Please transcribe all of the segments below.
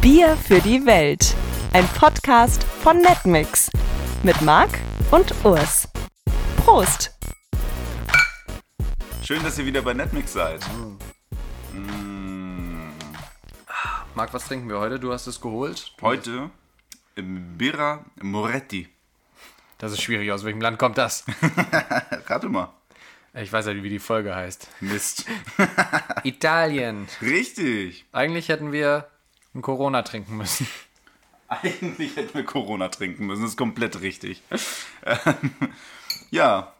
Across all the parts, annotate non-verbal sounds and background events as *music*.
Bier für die Welt. Ein Podcast von Netmix mit Marc und Urs. Prost! Schön, dass ihr wieder bei Netmix seid. Marc, was trinken wir heute? Du hast es geholt. Heute Birra Moretti. Das ist schwierig. Aus welchem Land kommt das? *laughs* Rate mal. Ich weiß ja, wie die Folge heißt. Mist. *laughs* Italien. *laughs* Richtig. Eigentlich hätten wir ein Corona trinken müssen. Eigentlich hätten wir Corona trinken müssen. Das ist komplett richtig. Ähm, ja.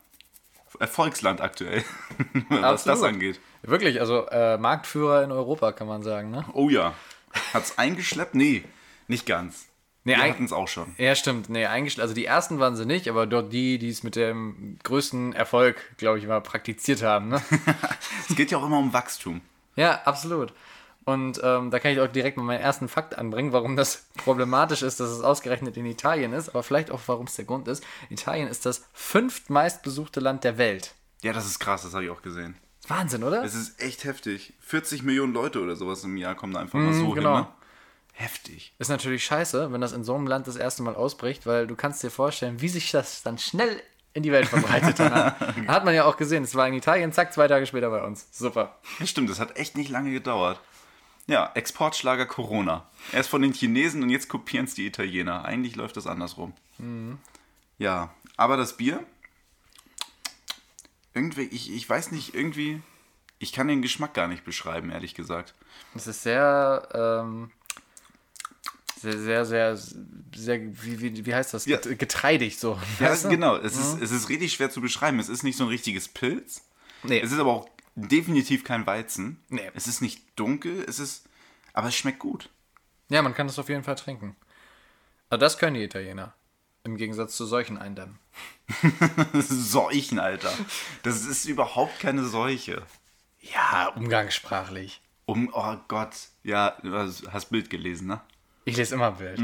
Erfolgsland aktuell, *laughs* was das Absolut. angeht. *laughs* Wirklich, also äh, Marktführer in Europa, kann man sagen, ne? Oh ja. Hat's eingeschleppt? Nee, nicht ganz. Nee, Wir ein- hatten's auch schon. Ja, stimmt. Nee, eigentlich, also die ersten waren sie nicht, aber dort die, die es mit dem größten Erfolg, glaube ich, mal praktiziert haben, ne? Es geht ja auch immer um Wachstum. Ja, absolut. Und ähm, da kann ich auch direkt mal meinen ersten Fakt anbringen, warum das *laughs* problematisch ist, dass es ausgerechnet in Italien ist, aber vielleicht auch, warum es der Grund ist. Italien ist das fünftmeistbesuchte Land der Welt. Ja, das ist krass, das habe ich auch gesehen. Wahnsinn, oder? Es ist echt heftig. 40 Millionen Leute oder sowas im Jahr kommen da einfach mal so genau. hin. Ne? Heftig. Ist natürlich scheiße, wenn das in so einem Land das erste Mal ausbricht, weil du kannst dir vorstellen, wie sich das dann schnell in die Welt *laughs* verbreitet hat. hat man ja auch gesehen. Es war in Italien, zack, zwei Tage später bei uns. Super. Ja, stimmt, das hat echt nicht lange gedauert. Ja, Exportschlager Corona. Erst von den Chinesen und jetzt kopieren es die Italiener. Eigentlich läuft das andersrum. Mhm. Ja, aber das Bier, irgendwie, ich, ich weiß nicht, irgendwie, ich kann den Geschmack gar nicht beschreiben, ehrlich gesagt. Es ist sehr, ähm, sehr, sehr, sehr, sehr, wie, wie, wie heißt das? Ja. Get- Getreidig so. Ja, Weißt du? genau, es, ist, Mhm. es ist richtig schwer zu beschreiben. Es ist nicht so ein richtiges Pilz. Nee. Es ist aber auch definitiv kein Weizen. Nee. Es ist nicht dunkel, es ist. Aber es schmeckt gut. Ja, man kann das auf jeden Fall trinken. Aber das können die Italiener. Im Gegensatz zu solchen Eindämmen. Das ist Seuchen, Alter. Das ist überhaupt keine Seuche. Ja, umgangssprachlich. Um, oh Gott. Ja, du hast hast Bild gelesen, ne? Ich lese immer Bild.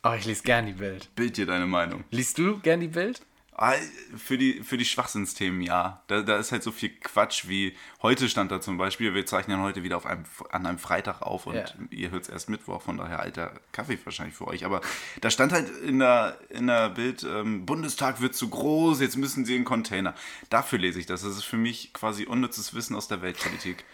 Aber ich lese gern die Bild. Bild dir deine Meinung. Mhm. Liest du gern die Bild? Ah, Für die, für die Schwachsinnsthemen, ja. Da, da ist halt so viel Quatsch wie heute stand da zum Beispiel, wir zeichnen heute wieder auf einem, an einem Freitag auf und Ja. ihr hört es erst Mittwoch, von daher alter Kaffee wahrscheinlich für euch. Aber da stand halt in der, in der Bild, ähm, Bundestag wird zu groß, jetzt müssen sie in Container. Dafür lese ich das. Das ist für mich quasi unnützes Wissen aus der Weltpolitik.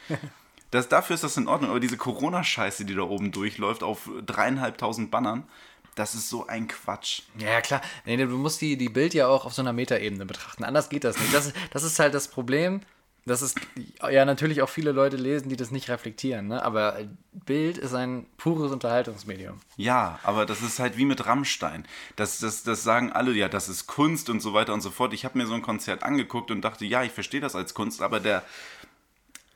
Das, dafür ist das in Ordnung, aber diese Corona-Scheiße, die da oben durchläuft, auf dreieinhalbtausend Bannern, das ist so ein Quatsch. Ja, ja, klar. Nee, du musst die, die Bild ja auch auf so einer Metaebene betrachten. Anders geht das nicht. Das, ist- das ist halt das Problem, dass es ja natürlich auch viele Leute lesen, die das nicht reflektieren. Ne? Aber Bild ist ein pures Unterhaltungsmedium. Ja, aber das ist halt wie mit Rammstein. Das, das, das sagen alle, ja, das ist Kunst und so weiter und so fort. Ich habe mir so ein Konzert angeguckt und dachte, ja, ich verstehe das als Kunst, aber der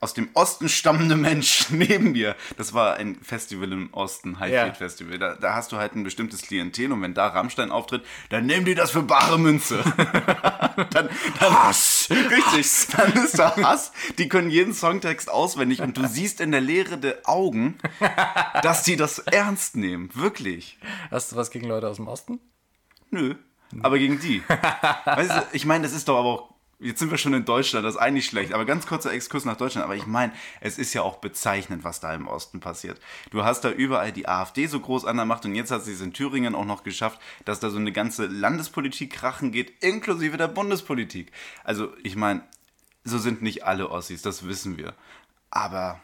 aus dem Osten stammende Mensch *laughs* neben mir, das war ein Festival im Osten, Ja. Highfield Festival, da, da hast du halt ein bestimmtes Klientel und wenn da Rammstein auftritt, dann nehmen die das für bare *laughs* Münze. dann, dann Hass. Richtig, dann ist da Hass. Die können jeden Songtext auswendig und du siehst in der Leere der Augen, dass die das ernst nehmen. Wirklich. Hast du was gegen Leute aus dem Osten? Nö. Aber gegen die. Weißt du, ich meine, das ist doch aber auch. Jetzt sind wir schon in Deutschland, das ist eigentlich schlecht. Aber ganz kurzer Exkurs nach Deutschland. Aber ich meine, es ist ja auch bezeichnend, was da im Osten passiert. Du hast da überall die AfD so groß an der Macht und jetzt hat sie es in Thüringen auch noch geschafft, dass da so eine ganze Landespolitik krachen geht, inklusive der Bundespolitik. Also, ich meine, so sind nicht alle Ossis, das wissen wir. Aber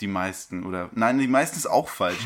die meisten oder nein, die meisten ist auch *laughs* falsch.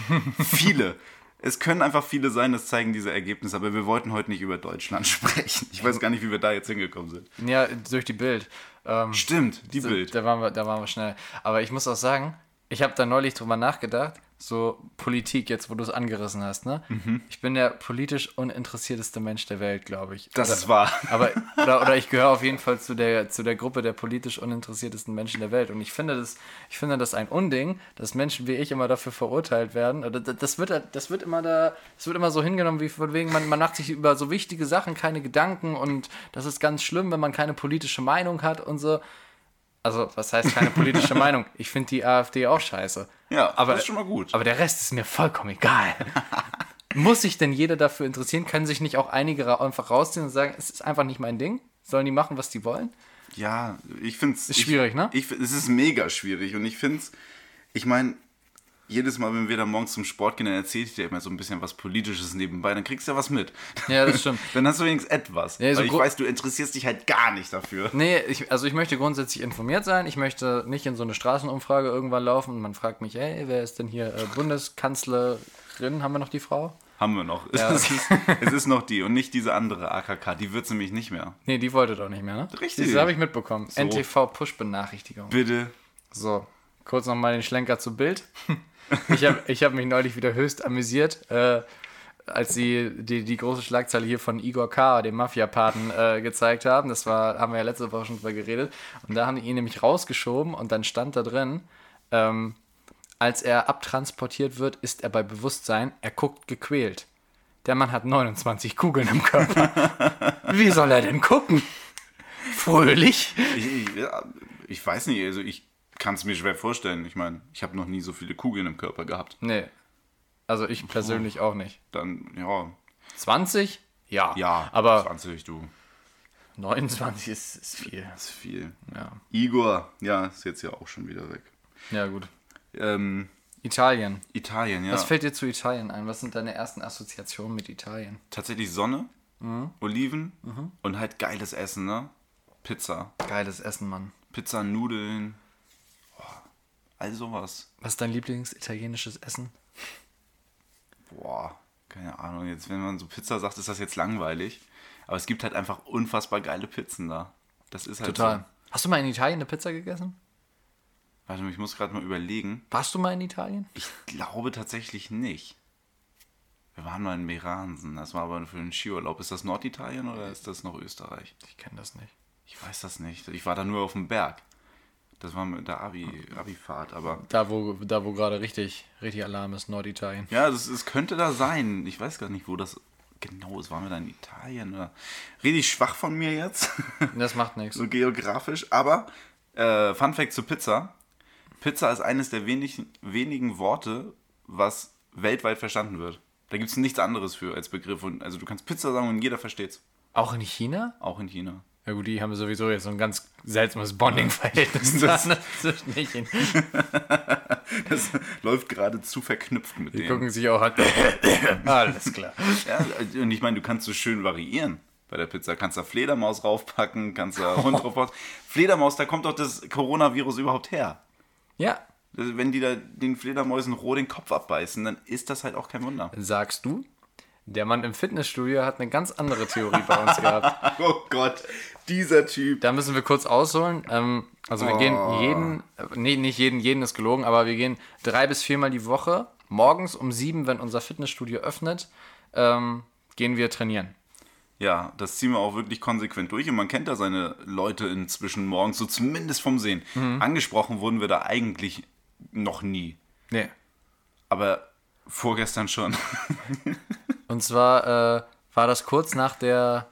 viele. Es können einfach viele sein, das zeigen diese Ergebnisse, aber wir wollten heute nicht über Deutschland *laughs* sprechen. Ich weiß gar nicht, wie wir da jetzt hingekommen sind. Ja, durch die Bild. Ähm, Stimmt, die So, Bild. Da waren wir, da waren wir schnell. Aber ich muss auch sagen, ich habe da neulich drüber nachgedacht, so Politik, jetzt wo du es angerissen hast, ne? Mhm. Ich bin der politisch uninteressierteste Mensch der Welt, glaube ich. Das oder, ist wahr. Aber, oder, oder ich gehöre auf jeden Fall zu der, zu der Gruppe der politisch uninteressiertesten Menschen der Welt. Und ich finde das, ich finde das ein Unding, dass Menschen wie ich immer dafür verurteilt werden. Oder da- Das wird, das wird immer da, das wird immer so hingenommen, wie von wegen, man, man macht sich über so wichtige Sachen keine Gedanken und das ist ganz schlimm, wenn man keine politische Meinung hat und so. Also, was heißt keine politische Meinung? Ich finde die AfD auch scheiße. Ja, aber, das ist schon mal gut. Aber der Rest ist mir vollkommen egal. Muss sich denn jeder dafür interessieren? Können sich nicht auch einige ra- einfach rausziehen und sagen, es ist einfach nicht mein Ding? Sollen die machen, was die wollen? Ja, ich finde es. Ist schwierig, ne? Ich, es ist mega schwierig und ich finde es, ich meine, jedes Mal, wenn wir dann morgens zum Sport gehen, dann erzähle ich dir immer so ein bisschen was Politisches nebenbei, dann kriegst du ja was mit. Ja, das stimmt. *laughs* dann hast du wenigstens etwas. Ja, so Weil ich gro- weiß, du interessierst dich halt gar nicht dafür. Nee, ich, also ich möchte grundsätzlich informiert sein. Ich möchte nicht in so eine Straßenumfrage irgendwann laufen und man fragt mich, hey, wer ist denn hier äh, Bundeskanzlerin? Haben wir noch die Frau? Haben wir noch. *laughs* Es, ist, es ist noch die und nicht diese andere AKK. Die wird's nämlich nicht mehr. Nee, die wollte doch nicht mehr, ne? Richtig. Das habe ich mitbekommen. NTV-Push-Benachrichtigung. Bitte. So, kurz nochmal den Schlenker zu Bild. *laughs* Ich habe ich hab mich neulich wieder höchst amüsiert, äh, als sie die, die große Schlagzeile hier von Igor K., dem Mafia-Paten, äh, gezeigt haben. Das war, haben wir ja letzte Woche schon drüber geredet. Und da haben die ihn nämlich rausgeschoben und dann stand da drin, ähm, als er abtransportiert wird, ist er bei Bewusstsein, er guckt gequält. Der Mann hat 29 Kugeln im Körper. Wie soll er denn gucken? Fröhlich? Ich, ich, ja, ich weiß nicht, also ich kann es mir schwer vorstellen. Ich meine, ich habe noch nie so viele Kugeln im Körper gehabt. Nee. Also ich persönlich auch nicht. Dann, ja, 20? Ja. ja, Aber 20, du, 29 ist, ist viel. das ist viel. Ja. Igor, ja, ist jetzt ja auch schon wieder weg. ja, gut. Ähm, Italien. Italien, ja. Was fällt dir zu Italien ein? Was sind deine ersten Assoziationen mit Italien? Tatsächlich Sonne, Mhm. Oliven und halt geiles Essen, ne? Pizza. Geiles Essen, Mann. Pizza, Nudeln, oh, all sowas. Was ist dein Lieblingsitalienisches Essen? Boah, keine Ahnung, jetzt, wenn man so Pizza sagt, ist das jetzt langweilig. Aber es gibt halt einfach unfassbar geile Pizzen da. Das ist halt So. Hast du mal in Italien eine Pizza gegessen? Warte mal, ich muss gerade mal überlegen. Warst du mal in Italien? Ich glaube tatsächlich nicht. Wir waren mal in Meransen, das war aber für den Skiurlaub. Ist das Norditalien oder ist das noch Österreich? Ich kenne das nicht. Ich weiß das nicht. Ich war da nur auf dem Berg. Das war mit der Abi, Abi-Fahrt, aber. Da, wo, da, wo gerade richtig, richtig Alarm ist, Norditalien. Ja, das- es könnte da sein. Ich weiß gar nicht, wo das genau ist. Waren wir da in Italien oder? Rede ich schwach von mir jetzt? Das macht nichts. so geografisch. Aber äh, Fun Fact zu Pizza. Pizza ist eines der wenigen, wenigen Worte, was weltweit verstanden wird. Da gibt es nichts anderes für als Begriff. Und, also du kannst Pizza sagen und jeder versteht es. Auch in China? Auch in China. Ja gut, die haben sowieso jetzt so ein ganz seltsames *laughs* Bonding-Verhältnis. Das- da, ne? zwischen Nicht Das *laughs* läuft geradezu verknüpft mit Die denen. gucken sich auch *laughs* an. Alles klar. Ja, äh, und ich meine, du kannst so schön variieren bei der Pizza. Kannst da Fledermaus raufpacken, kannst da Hund drauf. Fledermaus, da kommt doch das Coronavirus überhaupt her. Ja. Also Wenn die da den Fledermäusen roh den Kopf abbeißen, dann ist das halt auch kein Wunder. Sagst du? Der Mann im Fitnessstudio hat eine ganz andere Theorie bei uns gehabt. Oh Gott, dieser Typ. Da müssen wir kurz ausholen. Ähm, also wir gehen jeden, äh, nee, nicht jeden, jeden ist gelogen, aber wir gehen drei bis viermal die Woche, morgens um sieben, wenn unser Fitnessstudio öffnet, ähm, gehen wir trainieren. Ja, das ziehen wir auch wirklich konsequent durch und man kennt da seine Leute inzwischen morgens, so zumindest vom Sehen. Mhm. Angesprochen wurden wir da eigentlich noch nie, Nee. aber vorgestern schon. *laughs* Und zwar äh, war das kurz nach der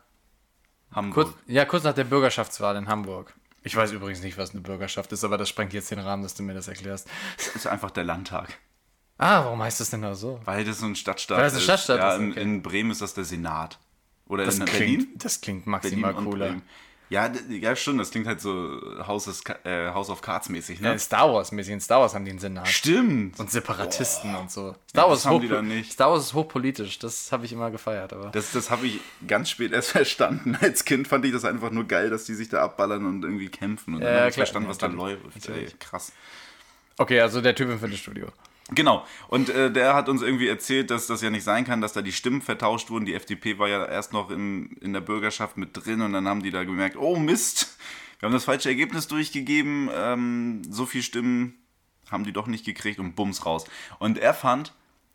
Hamburg. Kurz, ja, kurz nach der Bürgerschaftswahl in Hamburg. Oh. Ich weiß übrigens nicht, was eine Bürgerschaft ist, aber das sprengt jetzt den Rahmen, dass du mir das erklärst. Ist einfach der Landtag. Ah, warum heißt das denn da so? Weil das so ein Stadtstaat Weil das eine Stadtstaat ja, ist, in- okay. in Bremen ist das der Senat. Oder Das in Berlin? klingt, das klingt maximal Berlin und cooler. Bremen. Ja, d- ja, stimmt, das klingt halt so House, of Ca- äh, House of Cards mäßig, ne? Ja, Star Wars mäßig. In Star Wars haben die einen Senat. stimmt. Und Separatisten und so. Star das Wars, ist haben die hochpo- doch nicht. Star Wars ist hochpolitisch. Das habe ich immer gefeiert. Aber Das, das habe ich ganz spät erst *laughs* verstanden. Als Kind fand ich das einfach nur geil, dass die sich da abballern und irgendwie kämpfen. Und dann Ja, habe ich klar. verstanden, Ja, was da natürlich. läuft. Ey, Natürlich. krass. okay, also der Typ im Fitnessstudio. Genau. Und äh, der hat uns irgendwie erzählt, dass das ja nicht sein kann, dass da die Stimmen vertauscht wurden. Die FDP war ja erst noch in, in der Bürgerschaft mit drin und dann haben die da gemerkt, oh Mist, wir haben das falsche Ergebnis durchgegeben. Ähm, so viel Stimmen haben die doch nicht gekriegt und bums raus. Und er fand,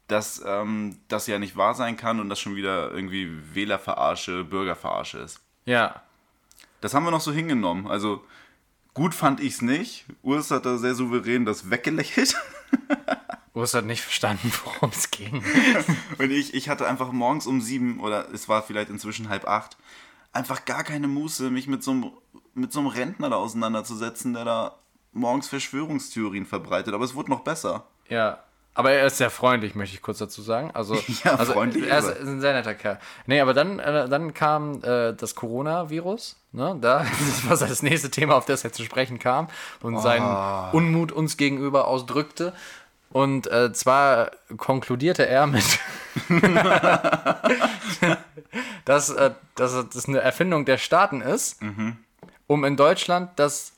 dass ähm, das ja nicht wahr sein kann und das schon wieder irgendwie Wählerverarsche, Bürgerverarsche ist. Ja. Das haben wir noch so hingenommen. Also gut fand ich es nicht. Urs hat da sehr souverän das weggelächelt. *laughs* Urs hat halt nicht verstanden, worum es ging. Und ich, ich hatte einfach morgens um sieben oder es war vielleicht inzwischen halb acht, einfach gar keine Muße, mich mit so einem, mit so einem Rentner da auseinanderzusetzen, der da morgens Verschwörungstheorien verbreitet. Aber es wurde noch besser. Ja. Aber er ist sehr freundlich, möchte ich kurz dazu sagen. Also, *laughs* Ja, also freundlich er ist ist, er. ist ein sehr netter Kerl. Nee, aber dann, äh, dann kam äh, das Coronavirus. Ne? Da, *laughs* das war das Ah. nächste Thema, auf das er zu sprechen kam und seinen Unmut uns gegenüber ausdrückte. Und äh, zwar konkludierte er mit, *laughs* dass, äh, dass das eine Erfindung der Staaten ist, Mhm. um in Deutschland das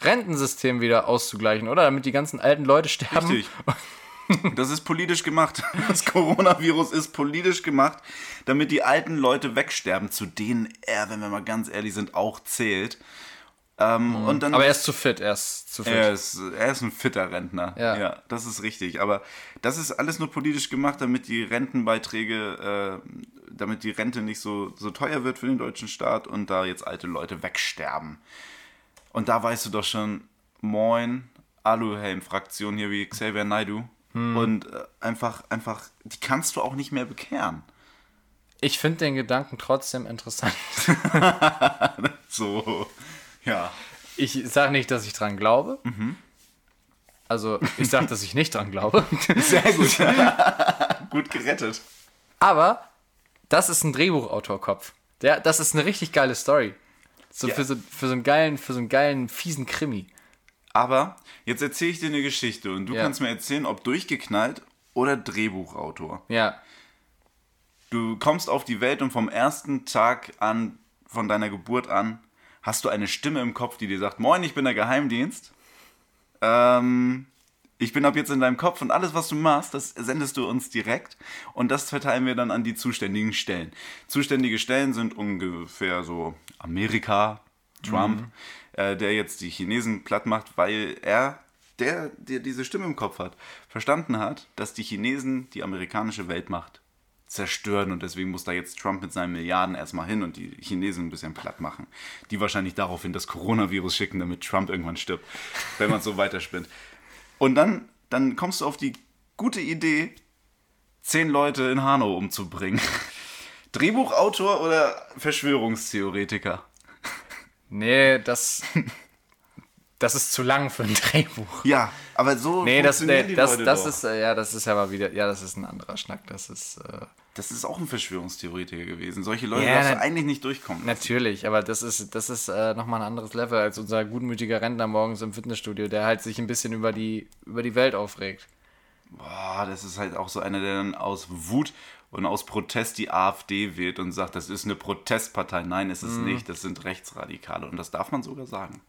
Rentensystem wieder auszugleichen, oder? Damit die ganzen alten Leute sterben. Richtig. *laughs* Das ist politisch gemacht. *laughs* Das Coronavirus ist politisch gemacht, damit die alten Leute wegsterben, zu denen er, wenn wir mal ganz ehrlich sind, auch zählt. Ähm, und dann Aber er ist zu fit, er ist zu fit. er ist, er ist ein fitter Rentner. Ja. das ist richtig. Aber das ist alles nur politisch gemacht, damit die Rentenbeiträge, äh, damit die Rente nicht so, so teuer wird für den deutschen Staat und da jetzt alte Leute wegsterben. Und da weißt du doch schon, moin, Aluhelm-Fraktion hier wie Xavier Naidu. Und äh, einfach, einfach, die kannst du auch nicht mehr bekehren. Ich finde den Gedanken trotzdem interessant. *laughs* So, *laughs* ja. Ich sage nicht, dass ich dran glaube. Mhm. Also, ich sage, dass ich nicht dran glaube. *laughs* Sehr gut. *laughs* gut gerettet. Aber das ist ein Drehbuchautorkopf. Der, das ist eine richtig geile Story. So Ja. für, so, für so einen geilen, für so einen geilen, fiesen Krimi. Aber jetzt erzähle ich dir eine Geschichte und du Ja. kannst mir erzählen, ob durchgeknallt oder Drehbuchautor. Ja. Du kommst auf die Welt und vom ersten Tag an, von deiner Geburt an, hast du eine Stimme im Kopf, die dir sagt, moin, ich bin der Geheimdienst. Ähm, ich bin ab jetzt in deinem Kopf und alles, was du machst, das sendest du uns direkt und das verteilen wir dann an die zuständigen Stellen. Zuständige Stellen sind ungefähr so Amerika, Trump, äh, der jetzt die Chinesen platt macht, weil er, der, der diese Stimme im Kopf hat, verstanden hat, dass die Chinesen die amerikanische Weltmacht zerstören und deswegen muss da jetzt Trump mit seinen Milliarden erstmal hin und die Chinesen ein bisschen platt machen. Die wahrscheinlich daraufhin das Coronavirus schicken, damit Trump irgendwann stirbt, wenn man *laughs* so weiterspinnt. Und dann, dann kommst du auf die gute Idee, zehn Leute in Hanau *laughs* umzubringen. Drehbuchautor oder Verschwörungstheoretiker? Nee, das. *laughs* Das ist zu lang für ein Drehbuch. Ja, aber so Nee, das, funktionieren nee, die das, Leute das doch. ist, äh, ja, das ist aber wieder, ja, das ist ein anderer Schnack. Das ist, äh, das ist auch ein Verschwörungstheoretiker gewesen. Solche Leute Ja, darfst du na- eigentlich nicht durchkommen. Natürlich, aber das ist, das ist äh, nochmal ein anderes Level als unser gutmütiger Rentner morgens im Fitnessstudio, der halt sich ein bisschen über die, über die Welt aufregt. Boah, das ist halt auch so einer, der dann aus Wut und aus Protest die AfD wählt und sagt, das ist eine Protestpartei. Nein, ist Mhm. es nicht. Das sind Rechtsradikale und das darf man sogar sagen.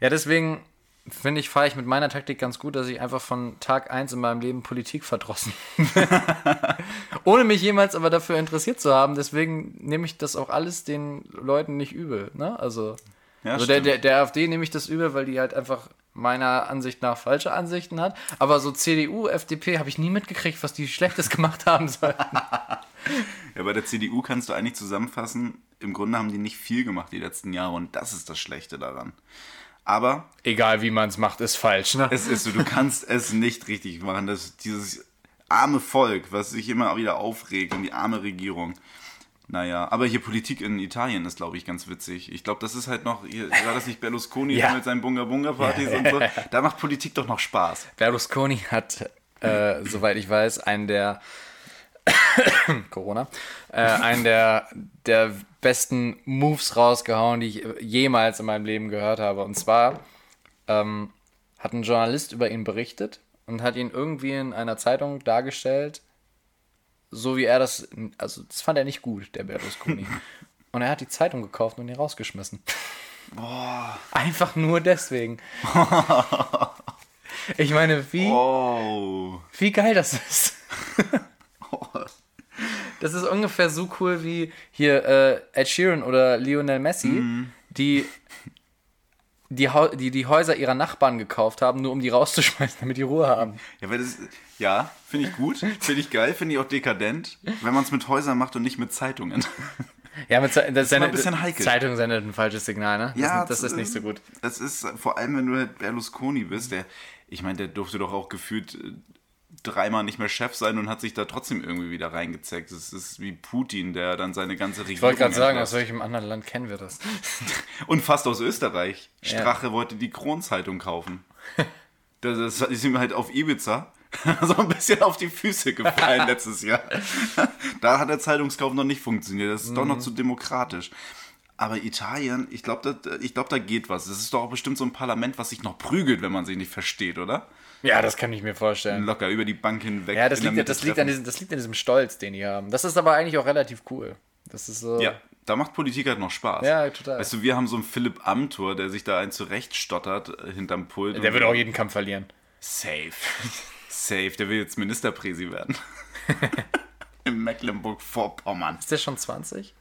Ja, deswegen finde ich, fahre ich mit meiner Taktik ganz gut, dass ich einfach von Tag 1 in meinem Leben Politik verdrossen. *laughs* Ohne mich jemals aber dafür interessiert zu haben, deswegen nehme ich das auch alles den Leuten nicht übel. Ne? Also, Ja, also der, stimmt. der, der AfD nehme ich das übel, weil die halt einfach meiner Ansicht nach falsche Ansichten hat. Aber so CDU, FDP habe ich nie mitgekriegt, was die Schlechtes *laughs* gemacht haben sollen. Ja, bei der CDU kannst du eigentlich zusammenfassen, im Grunde haben die nicht viel gemacht die letzten Jahre und das ist das Schlechte daran. Aber Egal wie man es macht, ist falsch. Ne? es ist so, du kannst es nicht richtig machen. Das, dieses arme Volk, was sich immer wieder aufregt und die arme Regierung. Naja, aber hier Politik in Italien ist, glaube ich, ganz witzig. Ich glaube, das ist halt noch, hier, war das nicht Berlusconi Ja. mit seinen Bunga-Bunga-Partys und so? Da macht Politik doch noch Spaß. Berlusconi hat, äh, soweit ich weiß, einen der Corona, äh, einen der, der besten Moves rausgehauen, die ich jemals in meinem Leben gehört habe. Und zwar ähm, hat ein Journalist über ihn berichtet und hat ihn irgendwie in einer Zeitung dargestellt, so wie er das, also das fand er nicht gut, der Berlusconi. Und er hat die Zeitung gekauft und ihn rausgeschmissen. Boah, Einfach nur deswegen. Ich meine, wie, oh. wie geil das ist. *laughs* Das ist ungefähr so cool wie hier äh, Ed Sheeran oder Lionel Messi, Mhm. die, die, Hau- die die Häuser ihrer Nachbarn gekauft haben, nur um die rauszuschmeißen, damit die Ruhe haben. Ja, weil das, ja finde ich gut, finde ich geil, finde ich auch dekadent, wenn man es mit Häusern macht und nicht mit Zeitungen. Ja, mit, Ze- das, immer sendet, ein bisschen heikel. Zeitung sendet ein falsches Signal, ne? Das, das, ist nicht so gut. Das ist äh, vor allem, wenn du halt Berlusconi bist, der, ich meine, der durfte doch auch gefühlt äh, dreimal nicht mehr Chef sein und hat sich da trotzdem irgendwie wieder reingezeckt. Das ist wie Putin, der dann seine ganze Regierung. Ich wollte gerade sagen, aus entlässt. welchem anderen Land kennen wir das? Und fast aus Österreich. Strache wollte die Kronzeitung kaufen. Das, das ist ihm halt auf Ibiza *laughs* so ein bisschen auf die Füße *laughs* gefallen Mhm. letztes Jahr. da hat der Zeitungskauf noch nicht funktioniert. Das ist doch noch zu demokratisch. Aber Italien, ich glaube, da, ich glaub, da geht was. Das ist doch auch bestimmt so ein Parlament, was sich noch prügelt, wenn man sich nicht versteht, oder? Ja, das kann ich mir vorstellen. Locker über die Bank hinweg. Ja, das in der liegt, ja- Mitte das, liegt treffen. an diesem, das liegt an diesem Stolz, den die haben. Das ist aber eigentlich auch relativ cool. Das ist so. Ja, da macht Politik halt noch Spaß. Ja, total. Weißt du, wir haben so einen Philipp Amthor, der sich da einen zurechtstottert äh, hinterm Pult. Der und- würde auch jeden Kampf verlieren. Safe. *laughs* Safe, der will jetzt Ministerpräsi *laughs* werden. In Mecklenburg-Vorpommern. Ist der schon 20?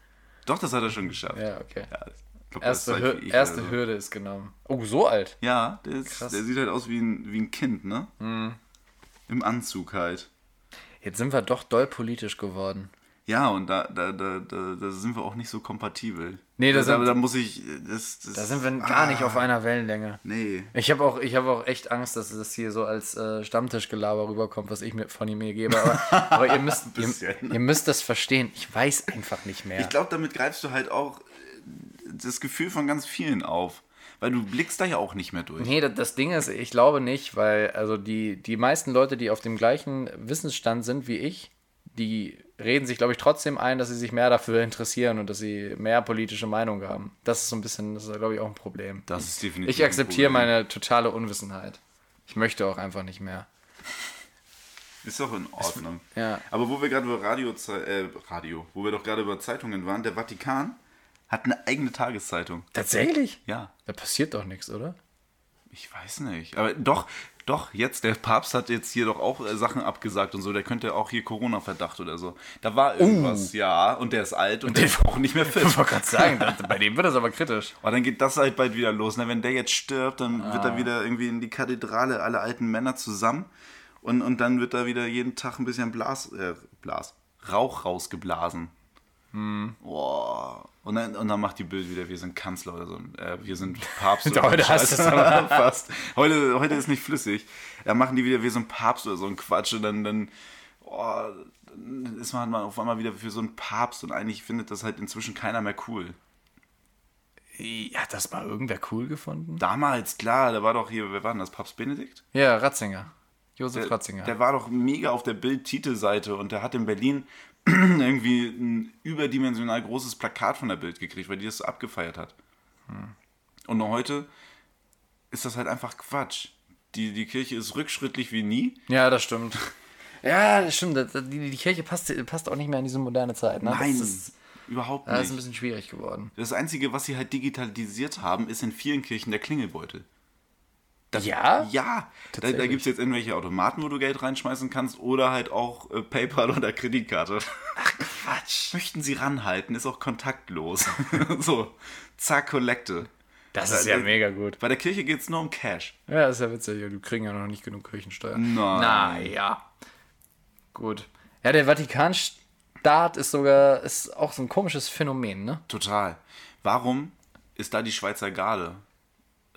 Doch, das hat er schon geschafft. Ja, okay. Ja, ich glaub, das Erste, ist Hür halt wie ich erste oder so. Hürde ist genommen. Oh, so alt. Ja, der, ist, Krass. Mhm. der sieht halt aus wie ein, wie ein Kind, ne? Im Anzug halt. Jetzt sind wir doch doll politisch geworden. Ja, und da, da, da, da, da sind wir auch nicht so kompatibel. Nee, da da, sind- da muss ich. Das, das, Ah, Da sind wir gar nicht auf einer Wellenlänge. Nee. Ich habe auch, ich hab auch echt Angst, dass das hier so als äh, Stammtischgelaber rüberkommt, was ich mir von ihm hier gebe. Aber, aber ihr, müsst, ihr, *laughs* Bisschen. ihr müsst das verstehen. Ich weiß einfach nicht mehr. Ich glaube, damit greifst du halt auch äh, das Gefühl von ganz vielen auf. Weil du blickst da ja auch nicht mehr durch. Nee, das, das Ding ist, ich glaube nicht, weil also die, die meisten Leute, die auf dem gleichen Wissensstand sind wie ich, die reden sich, glaube ich, trotzdem ein, dass sie sich mehr dafür interessieren und dass sie mehr politische Meinung haben. Das ist so ein bisschen, das ist, glaube ich, auch ein Problem. Das ist definitiv. Ich akzeptiere ein Problem. meine totale Unwissenheit. Ich möchte auch einfach nicht mehr. Ist doch in Ordnung. ja. Aber wo wir gerade über Radio, äh, Radio, wo wir doch gerade über Zeitungen waren, der Vatikan hat eine eigene Tageszeitung. Tatsächlich? Ja, Da passiert doch nichts, oder? ich weiß nicht. Aber doch, doch, jetzt, der Papst hat jetzt hier doch auch äh, Sachen abgesagt und so. Der könnte auch hier Corona-Verdacht oder so. Da war irgendwas, ja. Und der ist alt und der ist auch nicht mehr fit. Oh. Ich *laughs* wollte gerade sagen, das- bei dem wird das aber kritisch. Aber dann geht das halt bald wieder los. Ne? Wenn der jetzt stirbt, dann wird Ah. er wieder irgendwie in die Kathedrale, alle alten Männer zusammen. Und, und dann wird da wieder jeden Tag ein bisschen Blas, äh, Blas, Rauch rausgeblasen. Hm. Boah. Und dann, und dann macht die Bild wieder, wir sind Kanzler oder so. Äh, wir sind *laughs* Papst. oder Heute so. hast du's aber. Fast. *laughs* Heute, heute ist nicht flüssig. Da machen die wieder, wir sind Papst oder so ein Quatsch. Und dann, dann, oh, dann ist man auf einmal wieder für so einen Papst. Und eigentlich findet das halt inzwischen keiner mehr cool. Hat das mal irgendwer cool gefunden? Damals, klar, da war doch hier, wer war denn das? Papst Benedikt? Ja, Ratzinger. Josef Der, Ratzinger. der war doch mega auf der Bild-Titelseite und der hat in Berlin *clears throat* irgendwie ein überdimensional großes Plakat von der Bild gekriegt, weil die das so abgefeiert hat. Und heute ist das halt einfach Quatsch. Die, die Kirche ist rückschrittlich wie nie. Ja, das stimmt. Ja, das stimmt. Das- das- Die, die Kirche passt, passt auch nicht mehr in diese moderne Zeit. Ne? Nein, Das ist, überhaupt das ist ein nicht. bisschen schwierig geworden. Das Einzige, was sie halt digitalisiert haben, ist in vielen Kirchen der Klingelbeutel. Ja, ja? da, da Ah? Tatsächlich. gibt es jetzt irgendwelche Automaten, wo du Geld reinschmeißen kannst oder halt auch äh, PayPal oder Kreditkarte. Ach Quatsch. Möchten sie ranhalten, ist auch kontaktlos. *laughs* so, zack, Kollekte. Das ist ja mega gut. Bei der Kirche geht es nur um Cash. Also Ja, das ist ja witzig. Die kriegen ja noch nicht genug Kirchensteuer. Hm. Nein. Naja. Gut. Ja, der Vatikanstaat ist sogar, ist auch so ein komisches Phänomen, ne? Total. Warum ist da die Schweizer Garde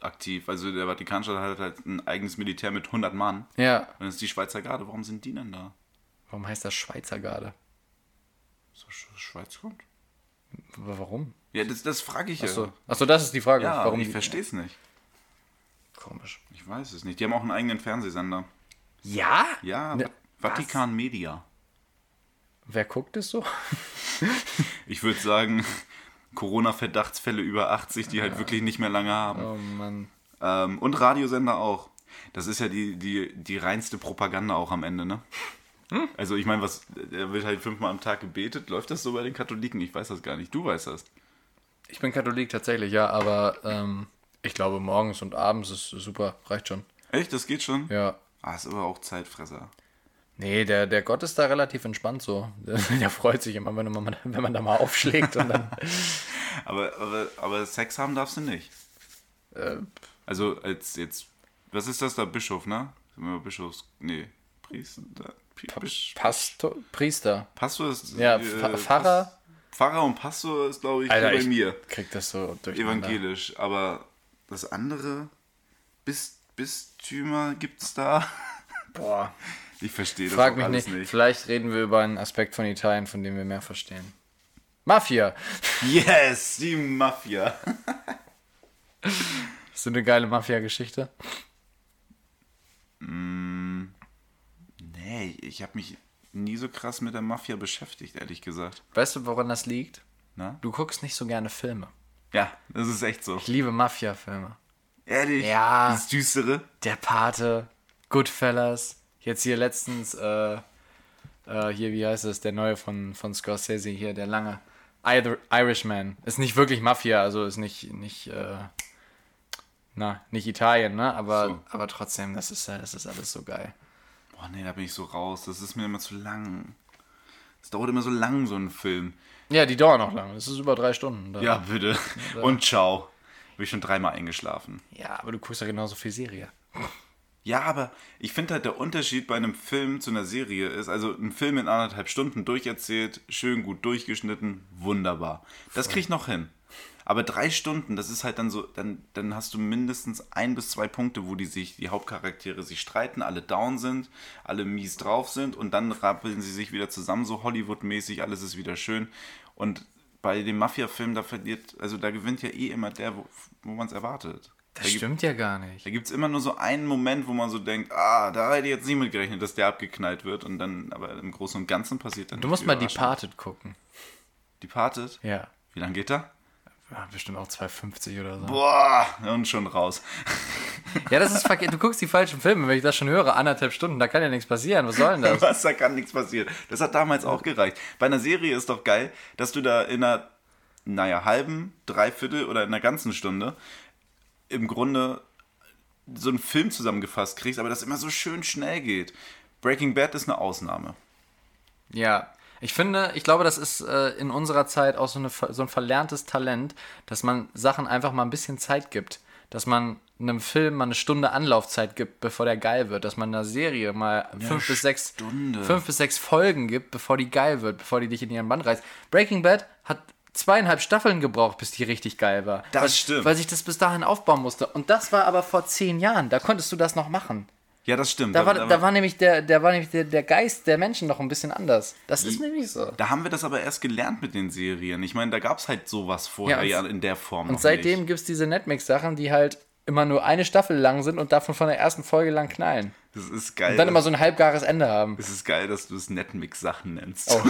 aktiv? Also der Vatikanstaat hat halt ein eigenes Militär mit 100 Mann. Ja. Und das ist die Schweizer Garde. Warum sind die denn da? Warum heißt das Schweizer Garde? So Sch- Schweiz kommt? W- Warum? Ja, das, das frage ich ja. Achso, Achso, das ist die Frage. Ja, warum ich die- verstehe es nicht. Komisch. Ich weiß es nicht. Die haben auch einen eigenen Fernsehsender. Ja? Ja, Ne, Vatikan Media. Wer guckt es so? Ich würde sagen, *laughs* Corona-Verdachtsfälle über 80, die halt wirklich nicht mehr lange haben. Oh Mann. Ähm, und Radiosender auch. Das ist ja die, die, die reinste Propaganda auch am Ende, ne? Hm? Also ich meine, was, da wird halt fünfmal am Tag gebetet. Läuft das so bei den Katholiken? Ich weiß das gar nicht. Du weißt das. Ich bin Katholik tatsächlich, ja, aber ähm, ich glaube, morgens und abends ist super, reicht schon. Echt? Das geht schon? Ja. Ah, ist aber auch Zeitfresser. Nee, der, der Gott ist da relativ entspannt so. Der, *laughs* der freut sich immer, wenn man, wenn man da mal aufschlägt und *laughs* dann. Aber, aber, aber Sex haben darfst du nicht. äh, Also als jetzt, was ist das da? Bischof, ne? Sind wir Bischofs, nee, Priester, Pri- Bisch- Pastor, Priester. Pastor ist. Ja, äh, Pf- Pfarrer. Pas- Pfarrer und Pastor ist, glaube ich, Alter, nur bei ich mir krieg das so durch. evangelisch. Aber das andere, Bis, Bistümer gibt es da. *laughs* Boah. Ich verstehe das Frag auch mich alles nicht. nicht. Vielleicht reden wir über einen Aspekt von Italien, von dem wir mehr verstehen. Mafia. *laughs* Yes, die Mafia. Ist so eine geile Mafia-Geschichte. Nee, ich habe mich nie so krass mit der Mafia beschäftigt, ehrlich gesagt. Weißt du, woran das liegt? Na? Du guckst nicht so gerne Filme. Ja, das ist echt so. Ich liebe Mafia-Filme. Ehrlich? Ja. Das Düstere? Der Pate, Goodfellas, jetzt hier letztens, äh, äh, hier, wie heißt es, der neue von, von Scorsese hier, der lange. Either Irishman. Ist nicht wirklich Mafia, also ist nicht, nicht, äh, na, nicht Italien, ne? Aber, So. aber trotzdem, das ist, ja- das ist alles so geil. Boah, nee, da bin ich so raus. Das ist mir immer zu lang. Es dauert immer so lang, so ein Film. Ja, die dauern noch lange. Das ist über drei Stunden. Da. Ja, bitte. Und ciao. Bin ich schon dreimal eingeschlafen. Ja, aber du guckst ja genauso viel Serie. Ja, aber ich finde halt der Unterschied bei einem Film zu einer Serie ist, also ein Film in anderthalb Stunden durcherzählt, schön gut durchgeschnitten, wunderbar. Das krieg ich noch hin. Aber drei Stunden, das ist halt dann so, dann, dann hast du mindestens ein bis zwei Punkte, wo die sich, die Hauptcharaktere sich streiten, alle down sind, alle mies drauf sind und dann rappeln sie sich wieder zusammen, so Hollywood-mäßig, alles ist wieder schön. Und bei dem Mafia-Film, da verliert, also da gewinnt ja eh immer der, wo, wo man es erwartet. Das Da gibt- stimmt ja gar nicht. da gibt es immer nur so einen Moment, wo man so denkt, ah, da hätte ich jetzt nicht mit gerechnet, dass der abgeknallt wird. Und dann, aber im Großen und Ganzen passiert dann. Du musst mal Überraschung. Departed gucken. Departed? Ja. Wie lange geht er? Ja, Bestimmt auch 2,50 oder so. Boah, und schon raus. *laughs* Ja, das ist verkehrt. Du guckst die falschen Filme, wenn ich das schon höre. Anderthalb Stunden, da kann ja nichts passieren. Was soll denn das? Was, da kann nichts passieren. Das hat damals auch gereicht. Bei einer Serie ist doch geil, dass du da in einer, naja, halben, dreiviertel oder in einer ganzen Stunde im Grunde so einen Film zusammengefasst kriegst, aber das immer so schön schnell geht. Breaking Bad ist eine Ausnahme. Ja. Ich finde, ich glaube, das ist äh, in unserer Zeit auch so, eine, ver- so ein verlerntes Talent, dass man Sachen einfach mal ein bisschen Zeit gibt. Dass man einem Film mal eine Stunde Anlaufzeit gibt, bevor der geil wird. Dass man einer Serie mal fünf bis, sechs, Stunde. fünf bis sechs Folgen gibt, bevor die geil wird, bevor die dich in ihren Band reißt. Breaking Bad hat zweieinhalb Staffeln gebraucht, bis die richtig geil war. Das weil, stimmt. Weil sich das bis dahin aufbauen musste. Und das war aber vor zehn Jahren. Da konntest du das noch machen. Ja, das stimmt. Da war, da war nämlich, der, da war nämlich der, der Geist der Menschen noch ein bisschen anders. Das ist nämlich so. Da haben wir das aber erst gelernt mit den Serien. Ich meine, da gab es halt sowas vorher ja, Ja, und- in der Form. Und seitdem Nicht. gibt es diese Netmix-Sachen, die halt immer nur eine Staffel lang sind und davon von der ersten Folge lang knallen. Das ist geil. Und dann immer so ein halbgares Ende haben. es ist geil, dass du es Netmix-Sachen nennst. *laughs*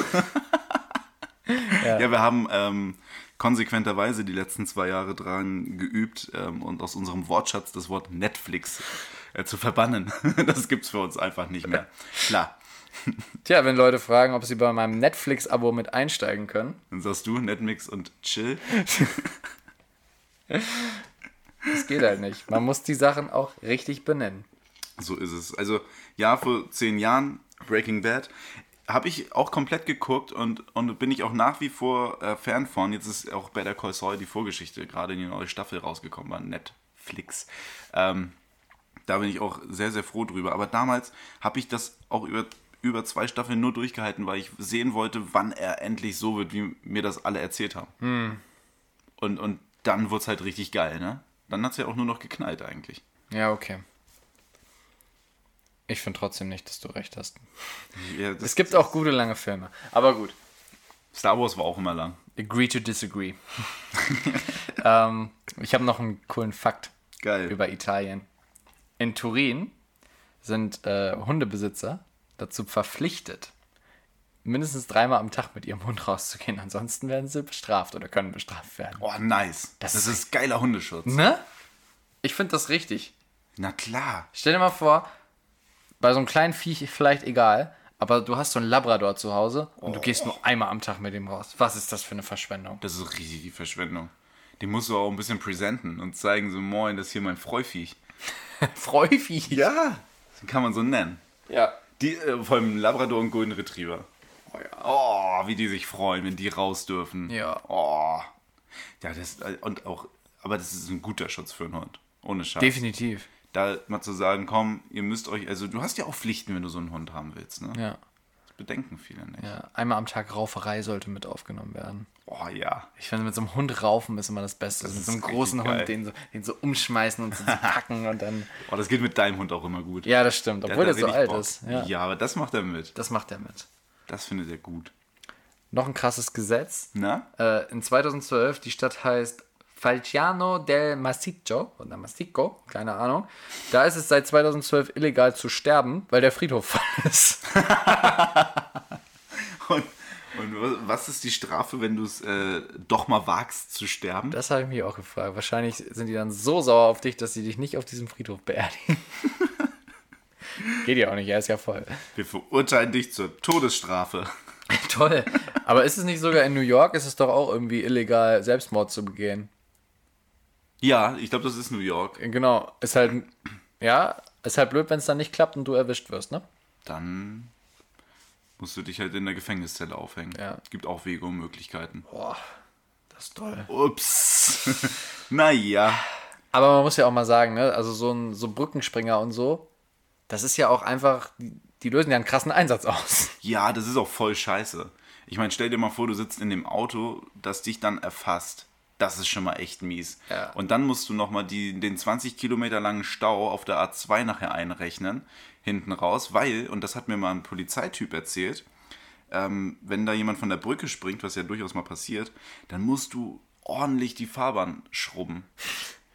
Oh. ja. wir haben ähm, konsequenterweise die letzten zwei Jahre dran geübt ähm, und aus unserem Wortschatz das Wort Netflix äh, zu verbannen. *laughs* das gibt's für uns einfach nicht mehr. Klar. Tja, wenn Leute fragen, ob sie bei meinem Netflix-Abo mit einsteigen können. Dann sagst du Netmix und Chill. Das geht halt nicht. Man muss die Sachen auch richtig benennen. So ist es. Also, ja, vor zehn Jahren, Breaking Bad, habe ich auch komplett geguckt und, und bin ich auch nach wie vor äh, Fan von. Jetzt ist auch Better Call Saul die Vorgeschichte, gerade in die neue Staffel rausgekommen, war Netflix. Ähm, da bin ich auch sehr, sehr froh drüber. Aber damals habe ich das auch über, über zwei Staffeln nur durchgehalten, weil ich sehen wollte, wann er endlich so wird, wie mir das alle erzählt haben. Und, und dann wurde es halt richtig geil, ne? Dann hat es ja auch nur noch geknallt eigentlich. Ja, okay. Ich finde trotzdem nicht, dass du recht hast. Ja, das- Es gibt auch gute lange Filme. Aber gut. Star Wars war auch immer lang. Agree to disagree. *laughs* ähm, ich habe noch einen coolen Fakt Geil. über Italien. In Turin sind äh, Hundebesitzer dazu verpflichtet, mindestens dreimal am Tag mit ihrem Hund rauszugehen. Ansonsten werden sie bestraft oder können bestraft werden. Oh, nice. Das, Das ist, ist- geiler Hundeschutz. Ne? Ich finde das richtig. Na klar. Stell dir mal vor, bei so einem kleinen Viech vielleicht egal, aber du hast so einen Labrador zu Hause und du gehst nur einmal am Tag mit dem raus. Was ist das für eine Verschwendung? *laughs* Das ist richtig die Verschwendung. Den musst du auch ein bisschen präsenten und zeigen so, moin, das ist hier mein Freuviech. Freuviech. Ja. Den kann man so nennen. Ja. Die, äh, vor allem Labrador und Golden Retriever. Oh, wie die sich freuen, wenn die raus dürfen. Ja. Oh. Ja, das, äh, und auch, aber das ist ein guter Schutz für einen Hund. Ohne Scheiß. Definitiv. Da mal zu sagen, komm, ihr müsst euch, also du hast ja auch Pflichten, wenn du so einen Hund haben willst, ne? Ja. Das bedenken viele nicht. ja. Einmal am Tag Rauferei sollte mit aufgenommen werden. Oh ja. Ich finde, mit so einem Hund raufen ist immer das Beste. mit so einem ist richtig großen geil. Hund, den so, den so umschmeißen *laughs* und so zu packen und dann. Oh, das geht mit deinem Hund auch immer gut. Ja, das stimmt. Der Obwohl er hat da so richtig alt Bock. ist. Ja. ja, aber das macht er mit. Das macht er mit. Das findet er gut. ne? Noch ein krasses Gesetz. *laughs* Na? Äh, in 2012, die Stadt heißt Falciano del Massiccio oder Massico, keine Ahnung. Da ist es seit 2012 illegal zu *laughs* sterben, weil der Friedhof voll ist. Und, und was, was ist die Strafe, wenn du es äh, doch mal wagst zu sterben? Das habe ich mich auch gefragt. Wahrscheinlich sind die dann so sauer auf dich, dass sie dich nicht auf diesem Friedhof *laughs* beerdigen. Geht ja auch nicht, er ist ja voll. Wir verurteilen dich zur Todesstrafe. Toll. Aber ist es nicht sogar in New York, ist es doch auch irgendwie illegal, Selbstmord zu begehen? Ja, ich glaube, das ist New York. Genau. Ist halt, ja, ist halt blöd, wenn es dann nicht klappt und du erwischt wirst, ne? Dann musst du dich halt in der Gefängniszelle aufhängen. Ja. Gibt auch Wege und Möglichkeiten. Boah, das ist toll. Ups. *laughs* naja. Aber man muss ja auch mal sagen, ne? also so ein so Brückenspringer und so, das ist ja auch einfach, die, die lösen ja einen krassen Einsatz aus. *laughs* Ja, das ist auch voll scheiße. Ich meine, stell dir mal vor, du sitzt in dem Auto, das dich dann erfasst. Das ist schon mal echt mies. Ja. Und dann musst du nochmal den 20 Kilometer langen Stau auf der A2 nachher einrechnen, hinten raus, weil, und das hat mir mal ein Polizeityp erzählt, ähm, wenn da jemand von der Brücke springt, was ja durchaus mal passiert, dann musst du ordentlich die Fahrbahn schrubben.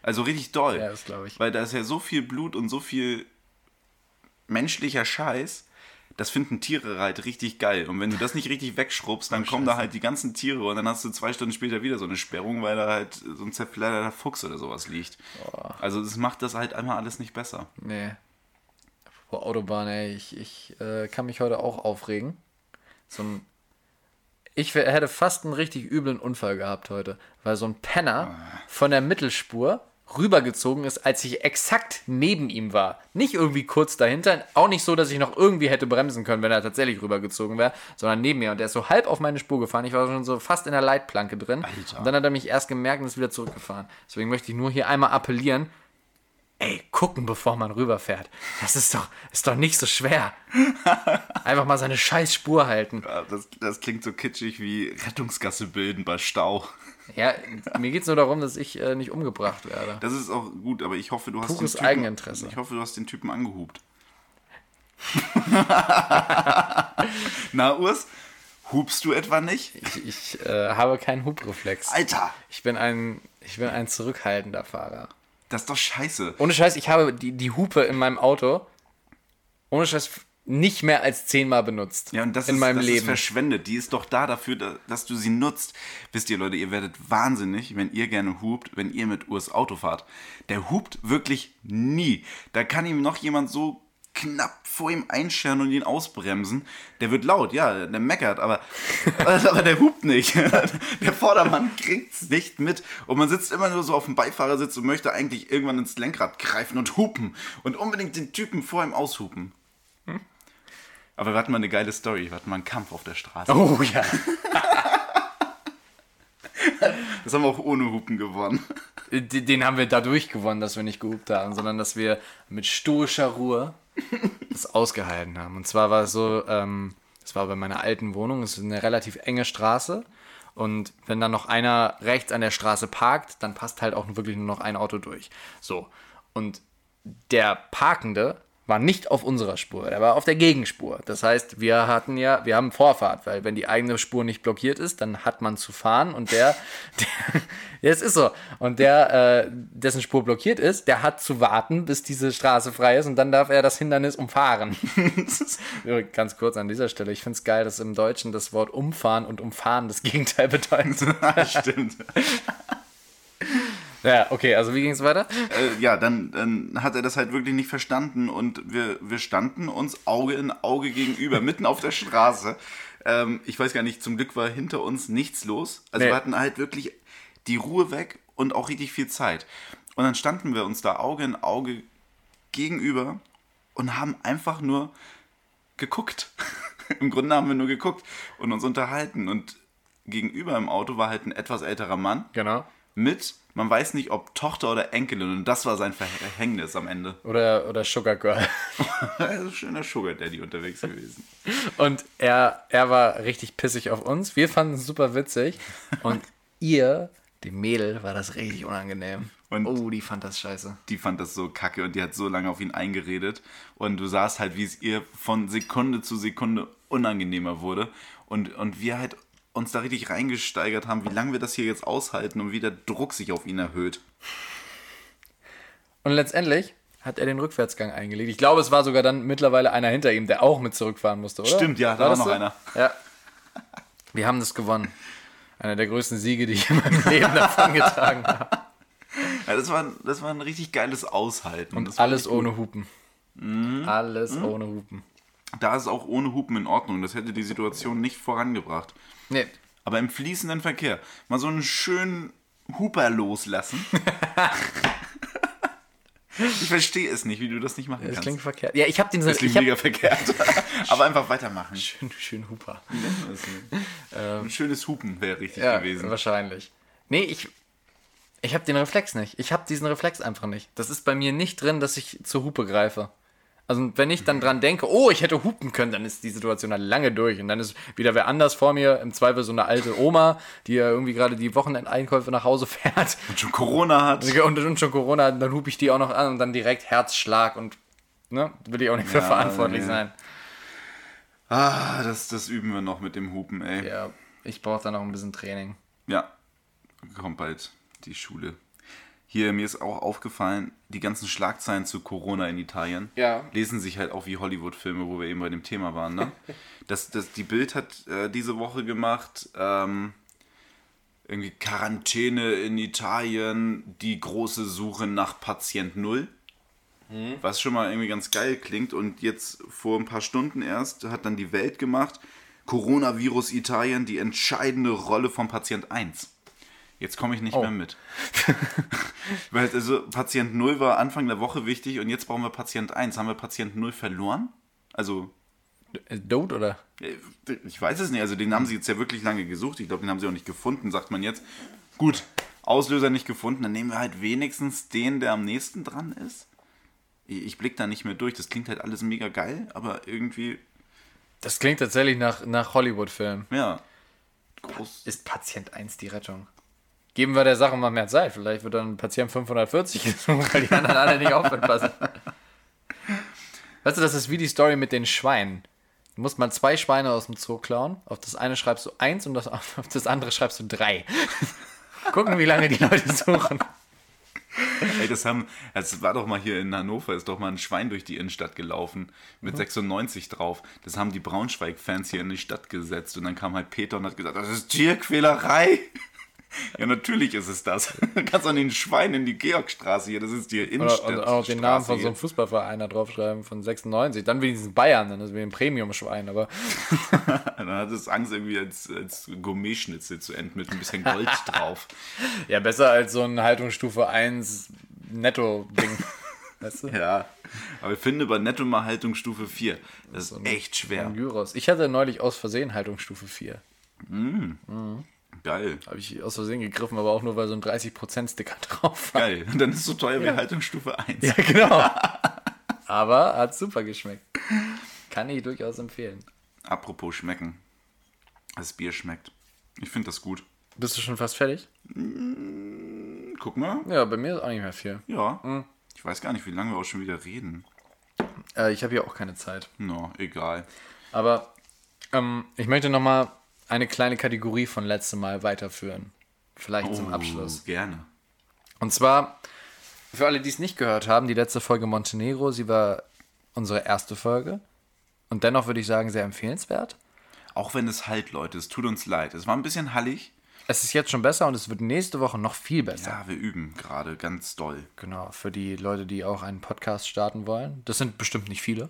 Also richtig doll. Ja, das glaub ich. Weil da ist ja so viel Blut und so viel menschlicher Scheiß, das finden Tiere halt richtig geil. Und wenn du das nicht richtig wegschrubbst, dann kommen da halt die ganzen Tiere und dann hast du zwei Stunden später wieder so eine Sperrung, weil da halt so ein zerfledderter Fuchs oder sowas liegt. Also das macht das halt einmal alles nicht besser. Nee. Boah, Autobahn, ey, ich, ich äh, kann mich heute auch aufregen. So ein. Ich wär- hätte fast einen richtig üblen Unfall gehabt heute, weil so ein Penner von der Mittelspur rübergezogen ist, als ich exakt neben ihm war. Nicht irgendwie kurz dahinter, auch nicht so, dass ich noch irgendwie hätte bremsen können, wenn er tatsächlich rübergezogen wäre, sondern neben mir. Und der ist so halb auf meine Spur gefahren. Ich war schon so fast in der Leitplanke drin. Alter. Und dann hat er mich erst gemerkt und ist wieder zurückgefahren. Deswegen möchte ich nur hier einmal appellieren, Ey, gucken, bevor man rüberfährt. Das ist doch, ist doch nicht so schwer. Einfach mal seine scheiß Spur halten. Ah, Das, das klingt so kitschig wie Rettungsgasse bilden bei Stau. Ja, mir geht's nur darum, dass ich äh, nicht umgebracht werde. Das ist auch gut, aber ich hoffe, du hast Pures Eigeninteresse. Ich hoffe, du hast den Typen *laughs* angehupt. Na, Urs, hubst du etwa nicht? Ich, ich äh, habe keinen Hubreflex. Alter, Ich bin ein, ich bin ein zurückhaltender Fahrer. das ist doch scheiße. Ohne Scheiß, ich habe die, die Hupe in meinem Auto, ohne Scheiß, nicht mehr als zehnmal benutzt. Ja, und das, in ist, meinem das ist Leben. verschwendet. Die ist doch da dafür, da- dass du sie nutzt. Wisst ihr, Leute, ihr werdet wahnsinnig, wenn ihr gerne hupt, wenn ihr mit Urs Auto fahrt. Der hupt wirklich nie. Da kann ihm noch jemand so knapp vor ihm einscheren und ihn ausbremsen. Der wird laut, ja, der meckert, aber, *laughs* aber der hupt nicht. *laughs* Der Vordermann kriegt's nicht mit. Und man sitzt immer nur so auf dem Beifahrersitz und möchte eigentlich irgendwann ins Lenkrad greifen und hupen. Und unbedingt den Typen vor ihm aushupen. Aber wir hatten mal eine geile Story, wir hatten mal einen Kampf auf der Straße. oh ja. Das haben wir auch ohne Hupen gewonnen. *laughs* Den den haben wir dadurch gewonnen, dass wir nicht gehupt haben, sondern dass wir mit stoischer Ruhe das ausgehalten haben. Und zwar war es so, ähm, das war bei meiner alten Wohnung, es ist eine relativ enge Straße. Und wenn dann noch einer rechts an der Straße parkt, dann passt halt auch wirklich nur noch ein Auto durch. So. Und der Parkende war nicht auf unserer Spur, der war auf der Gegenspur. Das heißt, wir hatten ja, wir haben Vorfahrt, weil wenn die eigene Spur nicht blockiert ist, dann hat man zu fahren und der, *laughs* der ja, es ist so, und der, äh, dessen Spur blockiert ist, der hat zu warten, bis diese Straße frei ist und dann darf er das Hindernis umfahren. *laughs* Das ist- Ganz kurz an dieser Stelle, ich finde es geil, dass im Deutschen das Wort umfahren und umfahren das Gegenteil bedeutet. *laughs* Stimmt. Ja, okay, also wie ging es weiter? Äh, ja, dann, dann hat er das halt wirklich nicht verstanden und wir, wir standen uns Auge in Auge gegenüber, mitten auf der Straße. Ähm, ich weiß gar nicht, zum Glück war hinter uns nichts los. Also Nee. wir hatten halt wirklich die Ruhe weg und auch richtig viel Zeit. Und dann standen wir uns da Auge in Auge gegenüber und haben einfach nur geguckt. *laughs* Im Grunde haben wir nur geguckt und uns unterhalten. Und gegenüber im Auto war halt ein etwas älterer Mann Genau. mit, man weiß nicht, ob Tochter oder Enkelin. Und das war sein Verhängnis am Ende. *laughs* Oder, oder Sugar Girl. Er ist schöner Sugar Daddy unterwegs gewesen. Und er, er war richtig pissig auf uns. Wir fanden es super witzig. *laughs* Und ihr, dem Mädel, war das richtig unangenehm. Und- oh, die fand das scheiße. Die fand das so kacke und die hat so lange auf ihn eingeredet. Und du sahst halt, wie es ihr von Sekunde zu Sekunde unangenehmer wurde. Und, und wir halt uns da richtig reingesteigert haben, wie lange wir das hier jetzt aushalten und wie der Druck sich auf ihn erhöht. Und letztendlich hat er den Rückwärtsgang eingelegt. Ich glaube, es war sogar dann mittlerweile einer hinter ihm, der auch mit zurückfahren musste, oder? Stimmt, ja, da war das noch einer. Ja. *laughs* Wir haben das gewonnen. Einer der größten Siege, die ich in meinem Leben davongetragen *laughs* habe. Ja, das, war, das war ein richtig geiles Aushalten. Und das war alles ohne Hupen. Alles ohne Hupen. Da ist auch ohne Hupen in Ordnung. Das hätte die Situation nicht vorangebracht. Nee, Aber im fließenden Verkehr mal so einen schönen Huper *laughs* loslassen. ich verstehe es nicht, wie du das nicht machen das kannst. klingt verkehrt. Ja, ich habe den so. das klingt ich hab, mega verkehrt. Aber einfach weitermachen. *laughs* schön, schön Huper. Ein schönes Hupen wäre richtig Ja, gewesen. wahrscheinlich. Nee, ich. Ich habe den Reflex nicht. Ich habe diesen Reflex einfach nicht. Das ist bei mir nicht drin, dass ich zur Hupe greife. Also wenn ich Mhm. dann dran denke, oh, ich hätte hupen können, dann ist die Situation dann lange durch. Und dann ist wieder wer anders vor mir, im Zweifel so eine alte Oma, die ja irgendwie gerade die Wochenendeinkäufe nach Hause *laughs* fährt Also, Und schon Corona hat. und, und schon Corona hat, dann hupe ich die auch noch an und dann direkt Herzschlag und ne, will ich auch nicht für Ja, verantwortlich nee. sein. Ah, das, das üben wir noch mit dem Hupen, ey. Ja. Ja, ich brauche da noch ein bisschen Training. Kommt bald die Schule. Hier, mir ist auch aufgefallen, die ganzen Schlagzeilen zu Corona in Italien Ja. lesen sich halt auch wie Hollywood-Filme, wo wir eben bei dem Thema waren. Ne? Das, das, die Bild hat äh, diese Woche gemacht, ähm, irgendwie Quarantäne in Italien, die große Suche nach Patient Null. Was schon mal irgendwie ganz geil klingt. Und jetzt vor ein paar Stunden erst hat dann die Welt gemacht, Coronavirus Italien, die entscheidende Rolle von Patient 1. Jetzt komme ich nicht mehr mit. *laughs* Weil also Patient 0 war Anfang der Woche wichtig und jetzt brauchen wir Patient 1. Haben wir Patient 0 verloren? Also, Äh, Dote oder? äh, ich weiß es nicht. Also, den haben sie jetzt ja wirklich lange gesucht. Ich glaube, den haben sie auch nicht gefunden, sagt man jetzt. Gut, Auslöser nicht gefunden. Dann nehmen wir halt wenigstens den, der am nächsten dran ist. Ich, ich blick da nicht mehr durch. Das klingt halt alles mega geil, aber irgendwie, Das klingt tatsächlich nach, nach Hollywood-Film. ja, groß. Ist Patient 1 die Rettung? Geben wir der Sache mal mehr Zeit. Vielleicht wird dann Patient 540 gesucht, *laughs* weil die anderen alle nicht aufpassen. Weißt du, das ist wie die Story mit den Schweinen. Du musst mal zwei Schweine aus dem Zoo klauen. Auf das eine schreibst du eins und das, *laughs* auf das andere schreibst du drei. Gucken, wie lange die Leute *laughs* suchen. Ey, das haben, das war doch mal hier in Hannover, ist doch mal ein Schwein durch die Innenstadt gelaufen Mhm. mit 96 drauf. Das haben die Braunschweig-Fans hier in die Stadt gesetzt und dann kam halt Peter und hat gesagt, das ist Tierquälerei. *laughs* Ja, natürlich ist es das. *laughs* Du kannst an den Schwein in die Georgstraße hier, das ist die Innenstadt. Oder, oder auch den Namen von so einem hier. Fußballverein da draufschreiben von 96. Dann wenigstens Bayern, dann ist wir ein Premium-Schwein. Aber *laughs* Dann hat es Angst, irgendwie als, als Gourmet-Schnitzel zu enden mit ein bisschen *laughs* Gold drauf. ja, besser als so ein Haltungsstufe 1 Netto-Ding. Weißt du? Ja. Aber ich finde bei Netto mal Haltungsstufe 4. Das ist echt schwer. Ein Gyros. Ich hatte neulich aus Versehen Haltungsstufe 4. Geil. Habe ich aus Versehen gegriffen, aber auch nur, weil so ein 30%-Sticker *laughs* drauf war. Geil. Und dann ist es so teuer wie Haltungsstufe 1. Ja, genau. aber hat super geschmeckt. Kann ich durchaus empfehlen. Apropos schmecken. Das Bier schmeckt. Ich finde das gut. Bist du schon fast fertig? Guck mal. Ja, bei mir ist auch nicht mehr viel. Ja. Ich weiß gar nicht, wie lange wir auch schon wieder reden. Äh, ich habe hier auch keine Zeit. No, egal. Aber ähm, ich möchte nochmal eine kleine Kategorie von letztem Mal weiterführen. Vielleicht zum Abschluss. Oh, Gerne. Und zwar, für alle, die es nicht gehört haben, die letzte Folge Montenegro, sie war unsere erste Folge. Und dennoch würde ich sagen, sehr empfehlenswert. Auch wenn es halt, Leute, es tut uns leid. Es war ein bisschen hallig. Es ist jetzt schon besser und es wird nächste Woche noch viel besser. Ja, wir üben gerade ganz doll. Genau, für die Leute, die auch einen Podcast starten wollen. Das sind bestimmt nicht viele.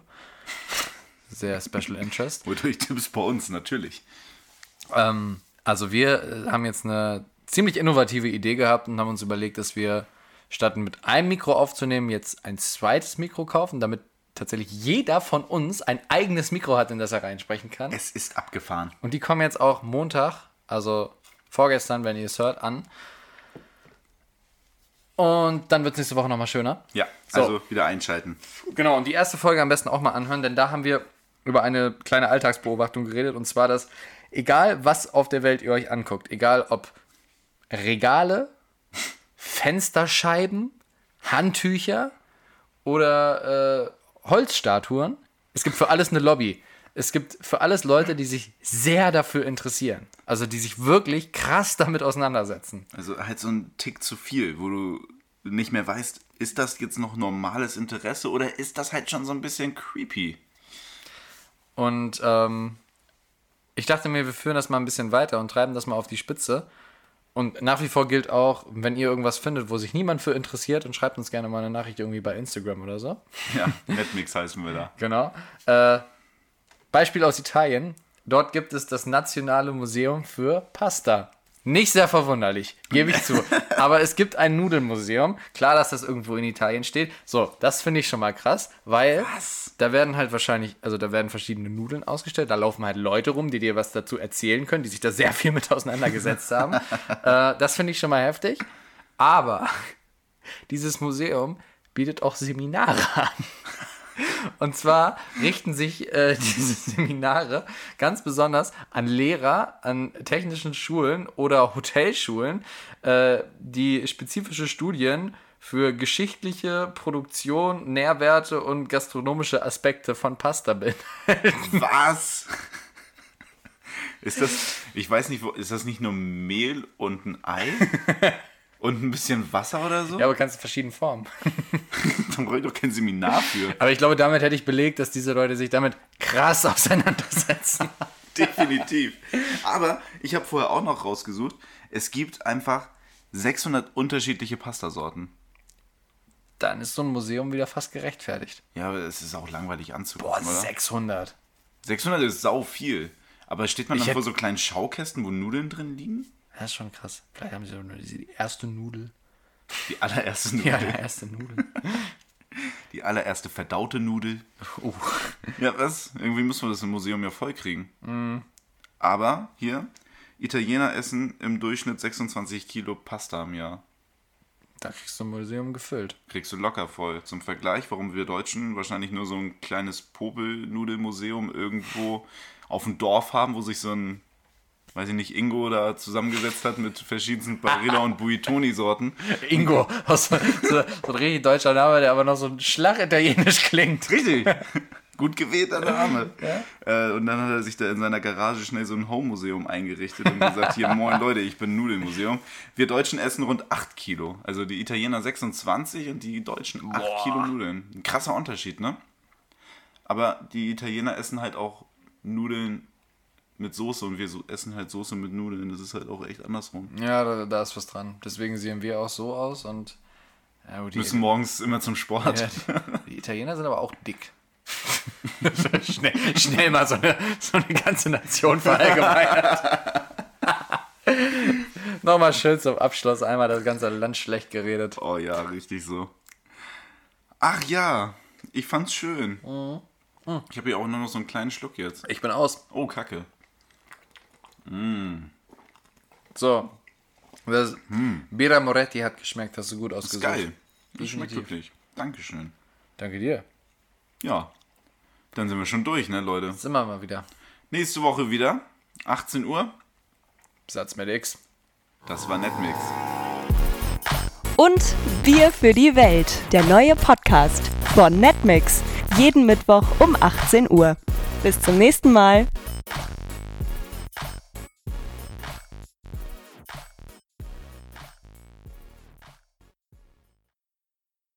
Sehr Special Interest. Wodurch *laughs* Tipps bei uns, natürlich. Ähm, also wir äh, haben jetzt eine ziemlich innovative Idee gehabt und haben uns überlegt, dass wir statt mit einem Mikro aufzunehmen, jetzt ein zweites Mikro kaufen, damit tatsächlich jeder von uns ein eigenes Mikro hat, in das er reinsprechen kann. Es ist abgefahren. Und die kommen jetzt auch Montag, also vorgestern, wenn ihr es hört, an. Und dann wird es nächste Woche nochmal schöner. Ja, So. also wieder einschalten. Genau, und die erste Folge am besten auch mal anhören, denn da haben wir über eine kleine Alltagsbeobachtung geredet. Und zwar, dass egal was auf der Welt ihr euch anguckt, egal ob Regale, Fensterscheiben, Handtücher oder äh, Holzstatuen, es gibt für alles eine Lobby. Es gibt für alles Leute, die sich sehr dafür interessieren. Also die sich wirklich krass damit auseinandersetzen. Also halt so ein Tick zu viel, wo du nicht mehr weißt, ist das jetzt noch normales Interesse oder ist das halt schon so ein bisschen creepy? Und ähm, Ich dachte mir, wir führen das mal ein bisschen weiter und treiben das mal auf die Spitze. Und nach wie vor gilt auch, wenn ihr irgendwas findet, wo sich niemand für interessiert, und schreibt uns gerne mal eine Nachricht irgendwie bei Instagram oder so. *laughs* Ja, Netmix heißen wir da. Genau. Äh, Beispiel aus Italien. Dort gibt es das Nationale Museum für Pasta. Nicht sehr verwunderlich, gebe ich zu. Aber es gibt ein Nudelmuseum. Klar, dass das irgendwo in Italien steht. So, das finde ich schon mal krass, weil da werden halt wahrscheinlich, also da werden verschiedene Nudeln ausgestellt. Da laufen halt Leute rum, die dir was dazu erzählen können, die sich da sehr viel mit auseinandergesetzt haben. äh, das finde ich schon mal heftig. Aber *laughs* dieses Museum bietet auch Seminare an. Und zwar richten sich äh, *laughs* diese Seminare ganz besonders an Lehrer an technischen Schulen oder Hotelschulen, äh, die spezifische Studien für geschichtliche Produktion, Nährwerte und gastronomische Aspekte von Pasta bilden. Was? Ist das, ich weiß nicht, wo, ist das nicht nur Mehl und ein Ei? Und ein bisschen Wasser oder so? Ja, aber kannst du verschiedene Formen. *laughs* Dann brauche ich doch kein Seminar für. Aber ich glaube, damit hätte ich belegt, dass diese Leute sich damit krass *laughs* auseinandersetzen. *laughs* Definitiv. Aber ich habe vorher auch noch rausgesucht, es gibt einfach 600 unterschiedliche Pastasorten. Dann ist so ein Museum wieder fast gerechtfertigt. Ja, aber es ist auch langweilig anzugucken, Boah, oder? 600. 600 ist sau viel. Aber steht man dann hätt- vor so kleinen Schaukästen, wo Nudeln drin liegen? Das ist schon krass. Vielleicht haben sie doch nur die die erste Nudel. Die allererste Nudel. Ja, die erste Nudel. Die allererste verdaute Nudel. Uh. Ja, was? Irgendwie müssen wir das im Museum ja voll kriegen. Aber hier, Italiener essen im Durchschnitt 26 Kilo Pasta im Jahr. Da kriegst du ein Museum gefüllt. Kriegst du locker voll. Zum Vergleich, warum wir Deutschen wahrscheinlich nur so ein kleines Popelnudelmuseum irgendwo auf dem Dorf haben, wo sich so ein, weiß ich nicht, Ingo da zusammengesetzt hat mit verschiedensten Barilla- und Buitoni-Sorten. Ingo, aus so, so, so ein richtig deutscher Name, der aber noch so ein Schlag italienisch klingt. *laughs* Richtig. Gut gewählt, der Name. Äh, und dann hat er sich da in seiner Garage schnell so ein Home-Museum eingerichtet und gesagt, hier, moin Leute, ich bin Nudelmuseum. Wir Deutschen essen rund 8 Kilo. Also die Italiener 26 und die Deutschen 8 Boah. Kilo Nudeln. Ein krasser Unterschied, ne? Aber die Italiener essen halt auch Nudeln mit Soße und wir so, essen halt Soße mit Nudeln. Das ist halt auch echt andersrum. Ja, da, da ist was dran. Deswegen sehen wir auch so aus und. Ja, gut, die, Müssen morgens immer zum Sport. *laughs* ja, die, die Italiener sind aber auch dick. *laughs* schnell, schnell mal so eine, so eine ganze Nation verallgemeinert. *laughs* Nochmal schön zum Abschluss einmal das ganze Land schlecht geredet. Oh ja, richtig so. Ach ja, ich fand's schön. Ich habe hier auch nur noch so einen kleinen Schluck jetzt. Ich bin aus. Oh, Kacke. So. Das, Bira Moretti hat geschmeckt, hast du gut Ist ausgesucht. geil. Das schmeckt Definitiv. wirklich. Dankeschön. Danke dir. Ja. Dann sind wir schon durch, ne, Leute? Sind wir mal wieder. Nächste Woche wieder. 18 Uhr. Satz mit X. Das war Netmix. Und Bier für die Welt, der neue Podcast von Netmix. Jeden Mittwoch um 18 Uhr. Bis zum nächsten Mal.